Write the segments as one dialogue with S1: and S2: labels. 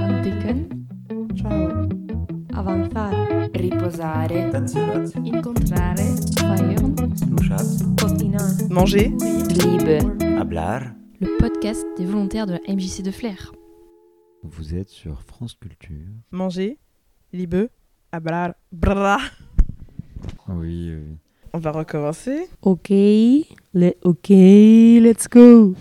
S1: Open,
S2: Ciao.
S1: avanzare,
S3: riposare,
S4: Tanzirat,
S1: incontrare, fire,
S4: Lushat,
S1: coordinare,
S2: Manger.
S3: libre,
S4: Hablar.
S1: le podcast des volontaires de la MJC de Flair.
S4: Vous êtes sur France Culture.
S2: Manger. ah, Libe. Hablar. Bra.
S4: Oui, oui.
S2: On va recommencer.
S5: Ok, le, ok, let's go.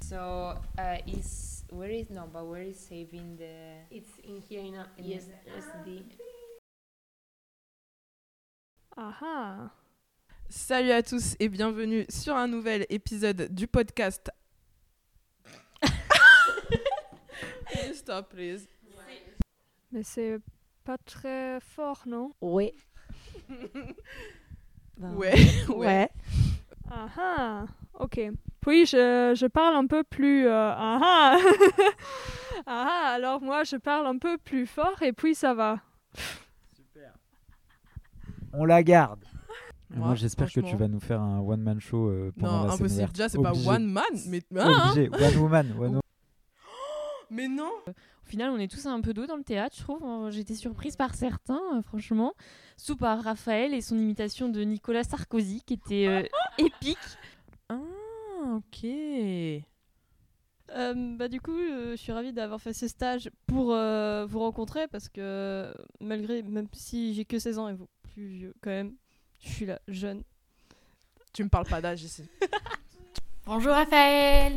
S6: So uh, is where is no, but where is saving the
S7: It's in here in a
S6: in the-
S7: SD.
S5: Aha.
S2: Salut à tous et bienvenue sur un nouvel épisode du podcast. Will you Stop, please.
S5: Mais c'est pas très fort, non
S7: Ouais.
S2: Ouais, ouais.
S7: Ouais.
S5: Aha. Ok. Puis je, je parle un peu plus. euh, aha. aha. Alors moi je parle un peu plus fort et puis ça va.
S8: On la garde.
S2: Moi,
S8: Ah, Moi, j'espère que tu
S2: franchement-
S8: vas nous faire un one man show euh, pendant
S2: Non,
S8: la scène
S2: impossible.
S8: ouverte.
S2: Déjà, c'est pas
S8: Obligé.
S2: one man, mais. Hein
S8: Obligé, one woman, one woman.
S2: mais non
S1: Au final, on est tous un peu dos dans le théâtre, je trouve. Euh, J'étais surprise par certains, euh, franchement. Sous par Raphaël et son imitation de Nicolas Sarkozy, qui était euh, épique.
S2: Ah, ok.
S9: Euh, bah, du coup, euh, je suis ravie d'avoir fait ce stage pour euh, vous rencontrer parce que euh, malgré, même si j'ai que 16 ans et vous plus vieux quand même, je suis là, jeune.
S2: Tu me parles pas d'âge ici.
S6: Bonjour Raphaël.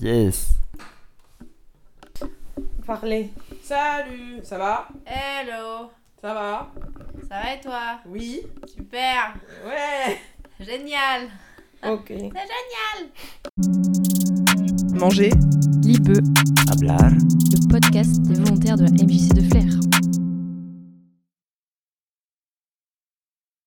S4: Yes.
S7: Parler.
S2: Salut Ça va
S6: Hello.
S2: Ça va
S6: Ça va et toi
S2: Oui.
S6: Super.
S2: Ouais
S6: Génial.
S7: Ok.
S2: Manger.
S1: Libe,
S4: Hablar.
S1: le podcast des volontaires de la MJC de Flair.